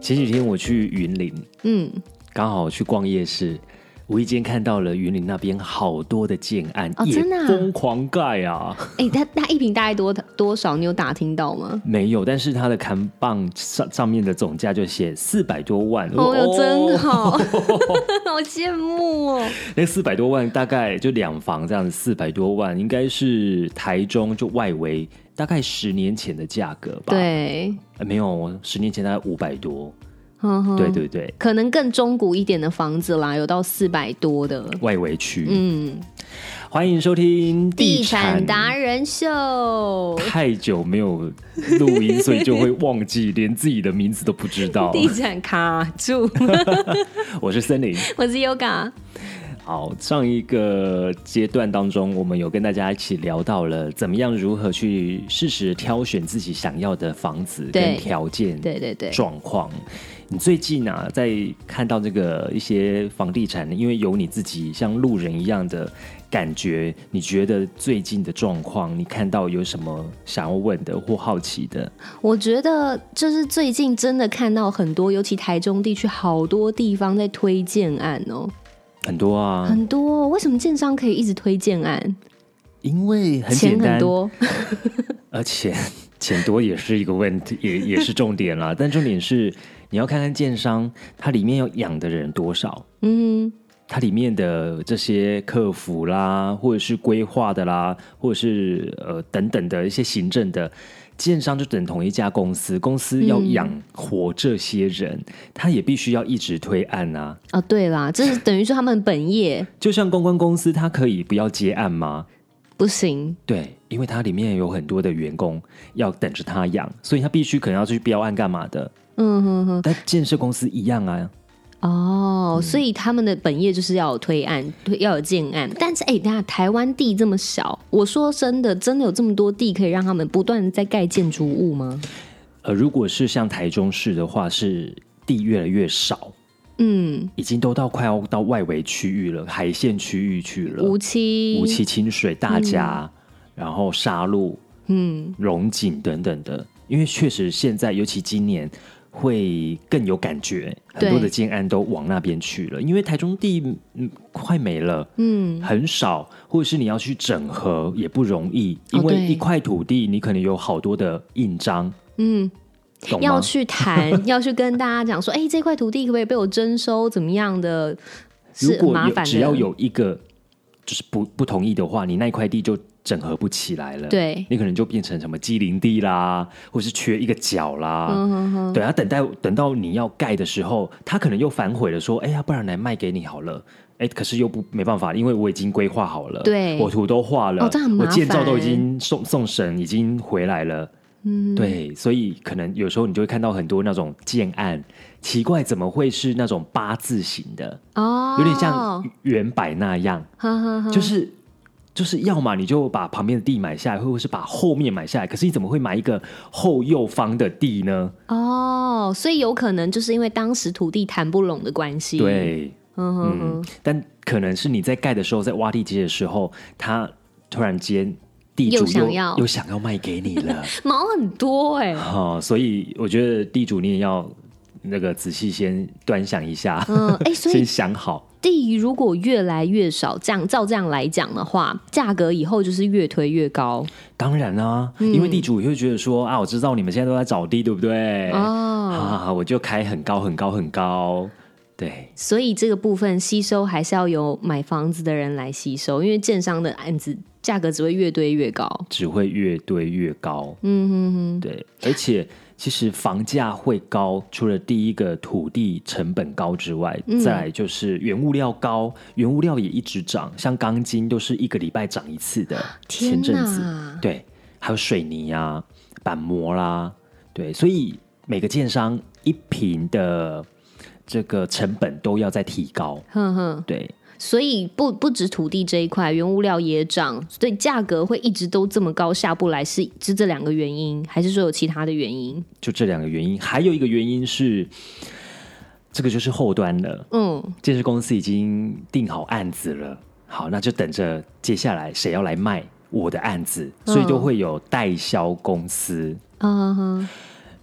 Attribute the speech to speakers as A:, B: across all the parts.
A: 前几天我去云林，
B: 嗯，
A: 刚好去逛夜市，无意间看到了云林那边好多的建案，
B: 哦
A: 也
B: 真的啊
A: 疯狂盖啊！
B: 哎、它它一瓶大概多多少？你有打听到吗？
A: 没有，但是它的扛棒上上面的总价就写四百多万，
B: 哦哟，真
A: 好，
B: 好，好羡慕哦。
A: 那四百多万大概就两房这样子，四百多万应该是台中就外围大概十年前的价格吧？
B: 对，
A: 呃，没有，十年前大概五百多，
B: 嗯哼
A: 对，对对，
B: 可能更中古一点的房子啦，有到四百多的。
A: 外围区。
B: 嗯，
A: 欢迎收听
B: 地产达人秀，
A: 太久没有录音，所以就会忘记，连自己的名字都不知 道。
B: 地产卡住，
A: 我是森林。
B: 我是 Yoga。
A: 好，上一个阶段当中，我们有跟大家一起聊到了怎么样如何去适时挑选自己想要的房子跟
B: 对
A: 条件
B: 对对对，
A: 状况。你最近啊，在看到这个一些房地产，因为有你自己像路人一样的感觉，你觉得最近的状况，你看到有什么想要问的或好奇的？
B: 我觉得就是最近真的看到很多，尤其台中地区好多地方在推荐案哦，
A: 很多啊，
B: 很多。为什么建商可以一直推荐案？
A: 因为很简
B: 钱
A: 单，
B: 很多，
A: 而且钱 多也是一个问题，也也是重点啦。 但重点是你要看看建商它里面要养的人多少，
B: 嗯，
A: 它里面的这些客服啦，或者是规划的啦，或者是呃等等的一些行政的。建商就等同一家公司，公司要养
B: 嗯
A: 活这些人，他也必须要一直推案啊。
B: 哦，对啦，这是等于说他们本业
A: 就像公关公司，它可以不要接案吗？
B: 不行，
A: 对，因为它里面有很多的员工要等着他养，所以他必须可能要去标案干嘛的。
B: 嗯哼哼，
A: 但建设公司一样啊，
B: 哦，所以他们的本业就是要有推案，推要有建案。但是，哎、等一下台湾地这么小，我说真的，真的有这么多地可以让他们不断地在盖建筑物吗？
A: 呃，如果是像台中市的话，是地越来越少，
B: 嗯，
A: 已经都到快要到外围区域了，海线区域去了，
B: 无期，
A: 五期清水、大甲，然后沙鹿、
B: 嗯，
A: 龙井等等的。因为确实现在，尤其今年会更有感觉，很多
B: 对
A: 的建案都往那边去了，因为台中地嗯快没了，
B: 嗯，
A: 很少，或者是你要去整合也不容易，因为
B: 哦对
A: 一块土地你可能有好多的印章，
B: 嗯，
A: 懂吗
B: 要？去谈，要去跟大家讲说，哎、这块土地可不可以被我征收？怎么样的？
A: 如
B: 是很
A: 果
B: 麻
A: 有
B: 烦的，
A: 只要有一个就是不不同意的话，你那一块地就整合不起来了。。
B: 对，
A: 你可能就变成什么机灵地啦，或是缺一个角啦，
B: 嗯哼哼，
A: 对啊，等待等到你要盖的时候，他可能又反悔了，说：“哎呀，不然来卖给你好了。”哎，可是又不没办法，因为我已经规划好了，
B: 对
A: 我图都画了，
B: 哦这样很
A: 我
B: 麻
A: 建造都已
B: 烦
A: 经送送审，已经回来了。嗯，对，所以可能有时候你就会看到很多那种建案，奇怪怎么会是那种八字形的，
B: 哦，
A: 有点像原版那样，
B: 哈哈哈，
A: 就是就是要么你就把旁边的地买下来，或者是把后面买下来，可是你怎么会买一个后右方的地呢？
B: 哦，所以有可能就是因为当时土地谈不拢的关系，，
A: 对，
B: 嗯哼哼。
A: 嗯，但可能是你在盖的时候，在挖地基的时候，他突然间地
B: 又
A: 主
B: 想
A: 又
B: 要
A: 又想要卖给你 了，
B: 毛很多 哎、
A: 哦，所以我觉得地主你也要那个仔细先端详一下，
B: 嗯，哎、所
A: 先
B: 以
A: 想好。
B: 地如果越来越少，这样照这样来讲的话，价格以后就是越推越高
A: 当然啦、
B: 嗯
A: 因为地主也会觉得说啊，我知道你们现在都在找地，对不对？
B: 哦。
A: 啊，我就开很高很高很高，对。
B: 所以这个部分吸收还是要由买房子的人来吸收，因为建商的案子价格只会越堆越高。
A: 只会越堆越高。嗯哼哼，对，而且其实房价会高，除了第一个土地成本高之外，
B: 嗯
A: 再来就是原物料高，原物料也一直涨，像钢筋都是一个礼拜涨一次的。前
B: 天
A: 阵子，
B: 哪！
A: 对，还有水泥啊、板模啦、对，所以每个建商一平的这个成本都要再提高。
B: 哼哼，
A: 对，
B: 所以不不止土地这一块，原物料也涨，所以价格会一直都这么高下不来，是是这两个原因，还是说有其他的原因？
A: 就这两个原因，还有一个原因是，这个就是后端了。
B: 嗯，
A: 建设公司已经定好案子了，好，那就等着接下来谁要来卖我的案子，所以就会有代销公司。
B: 啊、哈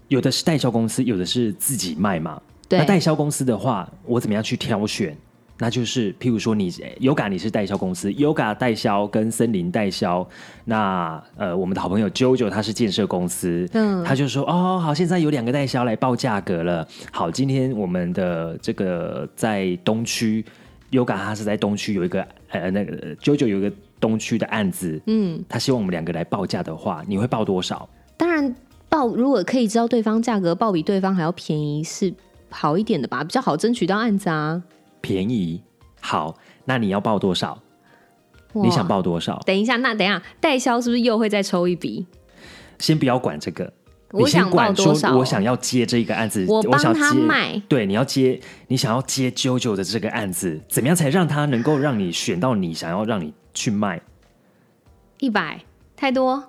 A: 有的是代销公司，有的是自己卖嘛。
B: 对
A: 那代销公司的话，我怎么样去挑选？那就是譬如说你诶 Yoga 你是代销公司，Yoga 代销跟森林代销，那呃我们的好朋友 JoJo 他是建设公司，
B: 嗯
A: 他就说哦好，现在有两个代销来报价格了。好，今天我们的这个在东区，Yoga 他是在东区有一个呃那个呃 JoJo 有一个东区的案子，
B: 嗯，
A: 他希望我们两个来报价的话，你会报多少？
B: 当然报如果可以知道对方价格报比对方还要便宜是好一点的吧，比较好争取到案子啊。
A: 便宜。好，那你要报多少？
B: 哇
A: 你想？报多少？
B: 等一下，那等一下，代销是不是又会再抽一笔？
A: 先不要管这个，
B: 我
A: 你先
B: 想报
A: 管
B: 多
A: 说
B: 少？
A: 我想要接这个案子，
B: 我
A: 我想
B: 帮他
A: 接。
B: 卖，
A: 对，你要接，你想要接啾啾的这个案子，怎么样才让他能够让你选到你想要让你去卖？
B: 一百太多，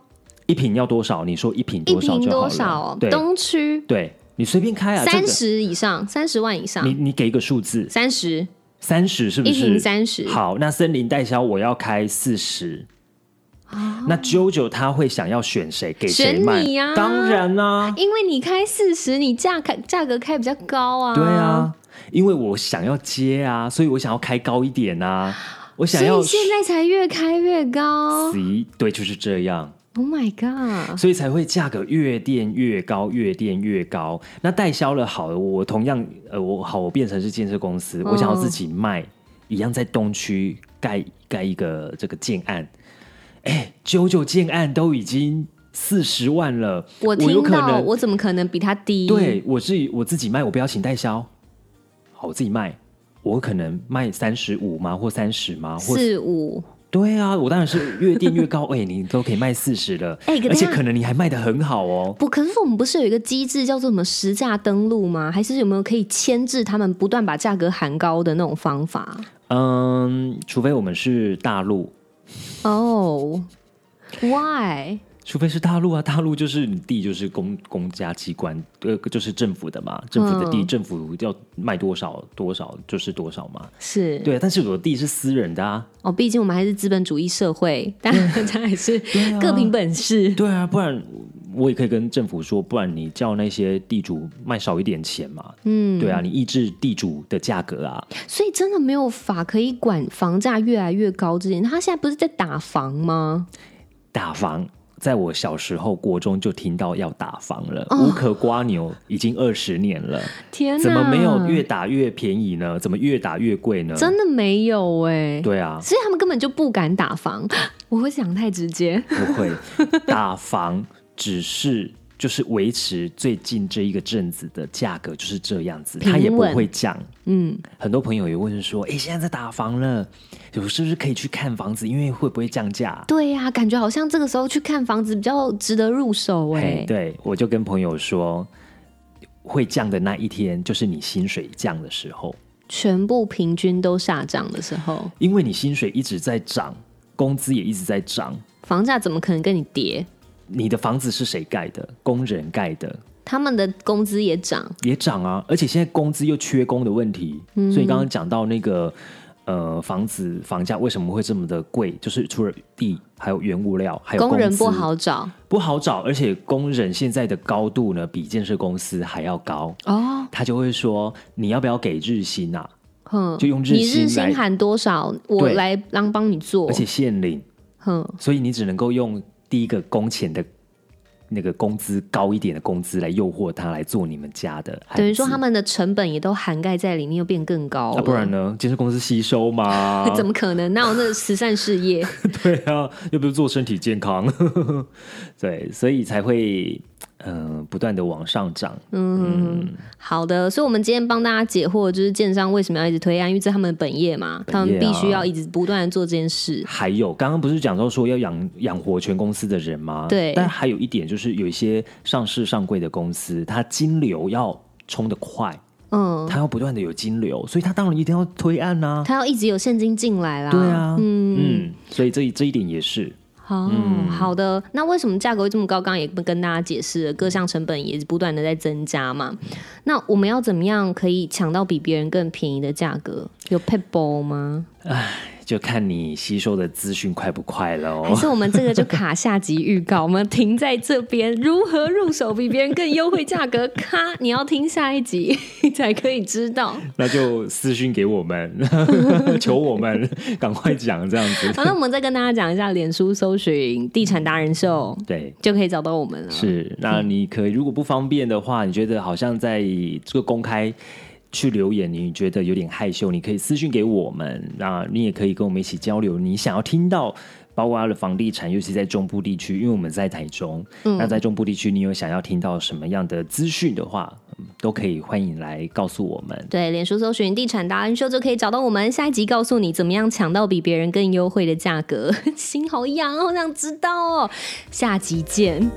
A: 一瓶要多少？你说一瓶
B: 一
A: 多少
B: 瓶
A: 就好
B: 多
A: 了。
B: 少？
A: 对
B: 东区
A: 对，你随便开啊，这
B: 三
A: 个
B: 十以上，三十万以上
A: 你，你给一个数字，
B: 三十
A: 三十是不
B: 一
A: 是？
B: 瓶三十，
A: 好，那森林代销我要开四十、那啾啾他会想要选谁？给谁
B: 哦选
A: 卖？
B: 你啊呀
A: 当然啦、
B: 因为你开四十，你价开价格开比较高啊。
A: 对啊，因为我想要接啊，所以我想要开高一点啊，我想
B: 所
A: 要
B: 以现哦在才越开越高。
A: 十对，就是这样，
B: Oh my god！
A: 所以才会价格越垫越高，越垫越高。那代销了好了，我同样呃，我好，我变成是建设公司，
B: 嗯
A: 我想要自己卖，一样在东区盖盖一个这个建案，哎，九九建案都已经四十万了，
B: 我
A: 有
B: 听
A: 可
B: 到，
A: 能
B: 我怎么可能比他低？，
A: 对我自己我自己卖，我不要请代销，好，我自己卖，我可能卖三十五吗，或三十吗，或
B: 四五。
A: 对啊，我当然是越定越 高，哎、你都可以卖四十了，
B: 哎可
A: 而且
B: 等下
A: 可能你还卖的很好哦。
B: 不，可是我们不是有一个机制叫做什么实价登录吗？还是有没有可以牵制他们不断把价格喊高的那种方法？
A: 嗯，除非我们是大陆，
B: 哦、w h y
A: 除非是大陆啊，大陆就是你地就是公公家机关，呃，就是政府的嘛，政府的地，
B: 嗯
A: 政府要卖多少多少就是多少嘛。
B: 是
A: 对啊，但是我的地是私人的啊，
B: 哦，毕竟我们还是资本主义社会，大 家还是
A: 啊
B: 各凭本事。
A: 对啊，不然我也可以跟政府说，不然你叫那些地主卖少一点钱嘛。
B: 嗯，
A: 对啊，你抑制地主的价格啊。
B: 所以真的没有法可以管房价越来越高之前，他现在不是在打房吗？
A: 打房，在我小时候国中就听到要打房了，
B: 哦
A: 无可瓜牛已经二十年了，
B: 天哪，
A: 怎么没有越打越便宜呢？怎么越打越贵呢？
B: 真的没有哎、
A: 对啊，
B: 所以他们根本就不敢打房。我会想太直接，
A: 不会打房只是。就是维持最近这一个阵子的价格就是这样子，它也
B: 平
A: 不
B: 稳
A: 会降。
B: 嗯，
A: 很多朋友也问说：“哎、现在在打房了，我是不是可以去看房子？因为会不会降价、
B: 对呀、感觉好像这个时候去看房子比较值得入手哎、
A: 嘿对，我就跟朋友说，会降的那一天就是你薪水降的时候，
B: 全部平均都下涨的时候，
A: 因为你薪水一直在涨，工资也一直在涨，
B: 房价怎么可能跟你跌？
A: 你的房子是谁盖的？工人盖的
B: 他们的工资也涨，
A: 也涨啊，而且现在工资又缺工的问题，
B: 嗯
A: 所以刚刚讲到那个。呃，房子房价为什么会这么的贵？就是除了地，还有原物料，还有
B: 工人
A: 资
B: 不好找
A: 不好找，而且工人现在的高度呢，比建设公司还要高。
B: 哦。
A: 他就会说，你要不要给日薪啊？
B: 哼，
A: 就用日薪
B: 你日
A: 来
B: 薪喊多少，我
A: 对
B: 来让帮你做
A: 而。且限领，
B: 哼，
A: 所以你只能够用第一个工钱的那个工资高一点的工资来诱惑他来做你们家的案子，
B: 等于说他们的成本也都涵盖在里面，又变更高
A: 那、
B: 了。
A: 啊不然啊呢？建设公司吸收嘛？
B: 怎么可能？哪有那个慈善事 业？
A: 对啊，又不是做身体健康， 对，所以才会嗯、呃不断的往上涨。
B: 嗯，好的，所以我们今天帮大家解惑，就是建商为什么要一直推案，因为这是他们的本业嘛，
A: 本业啊
B: 他们必须要一直不断的做这件事。
A: 还有，刚刚不是讲到说要养养活全公司的人吗？
B: 对
A: 但还有一点就是，有一些上市上柜的公司，它金流要冲得快，
B: 嗯，
A: 它要不断的有金流，所以它当然一定要推案呐、
B: 他要一直有现金进来啦。
A: 对啊，
B: 嗯，
A: 嗯，所以这一这一点也是，
B: 好、
A: 嗯
B: 好的。那为什么价格会这么高？刚刚也跟大家解释了，各项成本也不断的在增加嘛。那我们要怎么样可以抢到比别人更便宜的价格？有 p a y b a l l 吗？
A: 就看你吸收的资讯快不快喽。
B: 还是我们这个就卡下集预告，我们停在这边。如何入手比别人更优惠价格？咔，你要听下一集 才可以知道。
A: 那就私讯给我们， 求我们 赶快讲这样子。
B: 好，那我们再跟大家讲一下，脸书搜寻“地产达人秀”
A: 对，
B: 就可以找到我们了。
A: 是。那你可以，如果不方便的话，你觉得好像在这个公开。去留言，你觉得有点害羞，你可以私信给我们，那你也可以跟我们一起交流。你想要听到包括的房地产，尤其在中部地区，因为我们在台中，那在中部地区，你有想要听到什么样的资讯的话，嗯都可以欢迎来告诉我们。
B: 对，脸书搜寻“地产达人秀”就可以找到我们。下一集告诉你怎么样抢到比别 哦人更优惠的价格，心好痒，好想知道哦。下集见。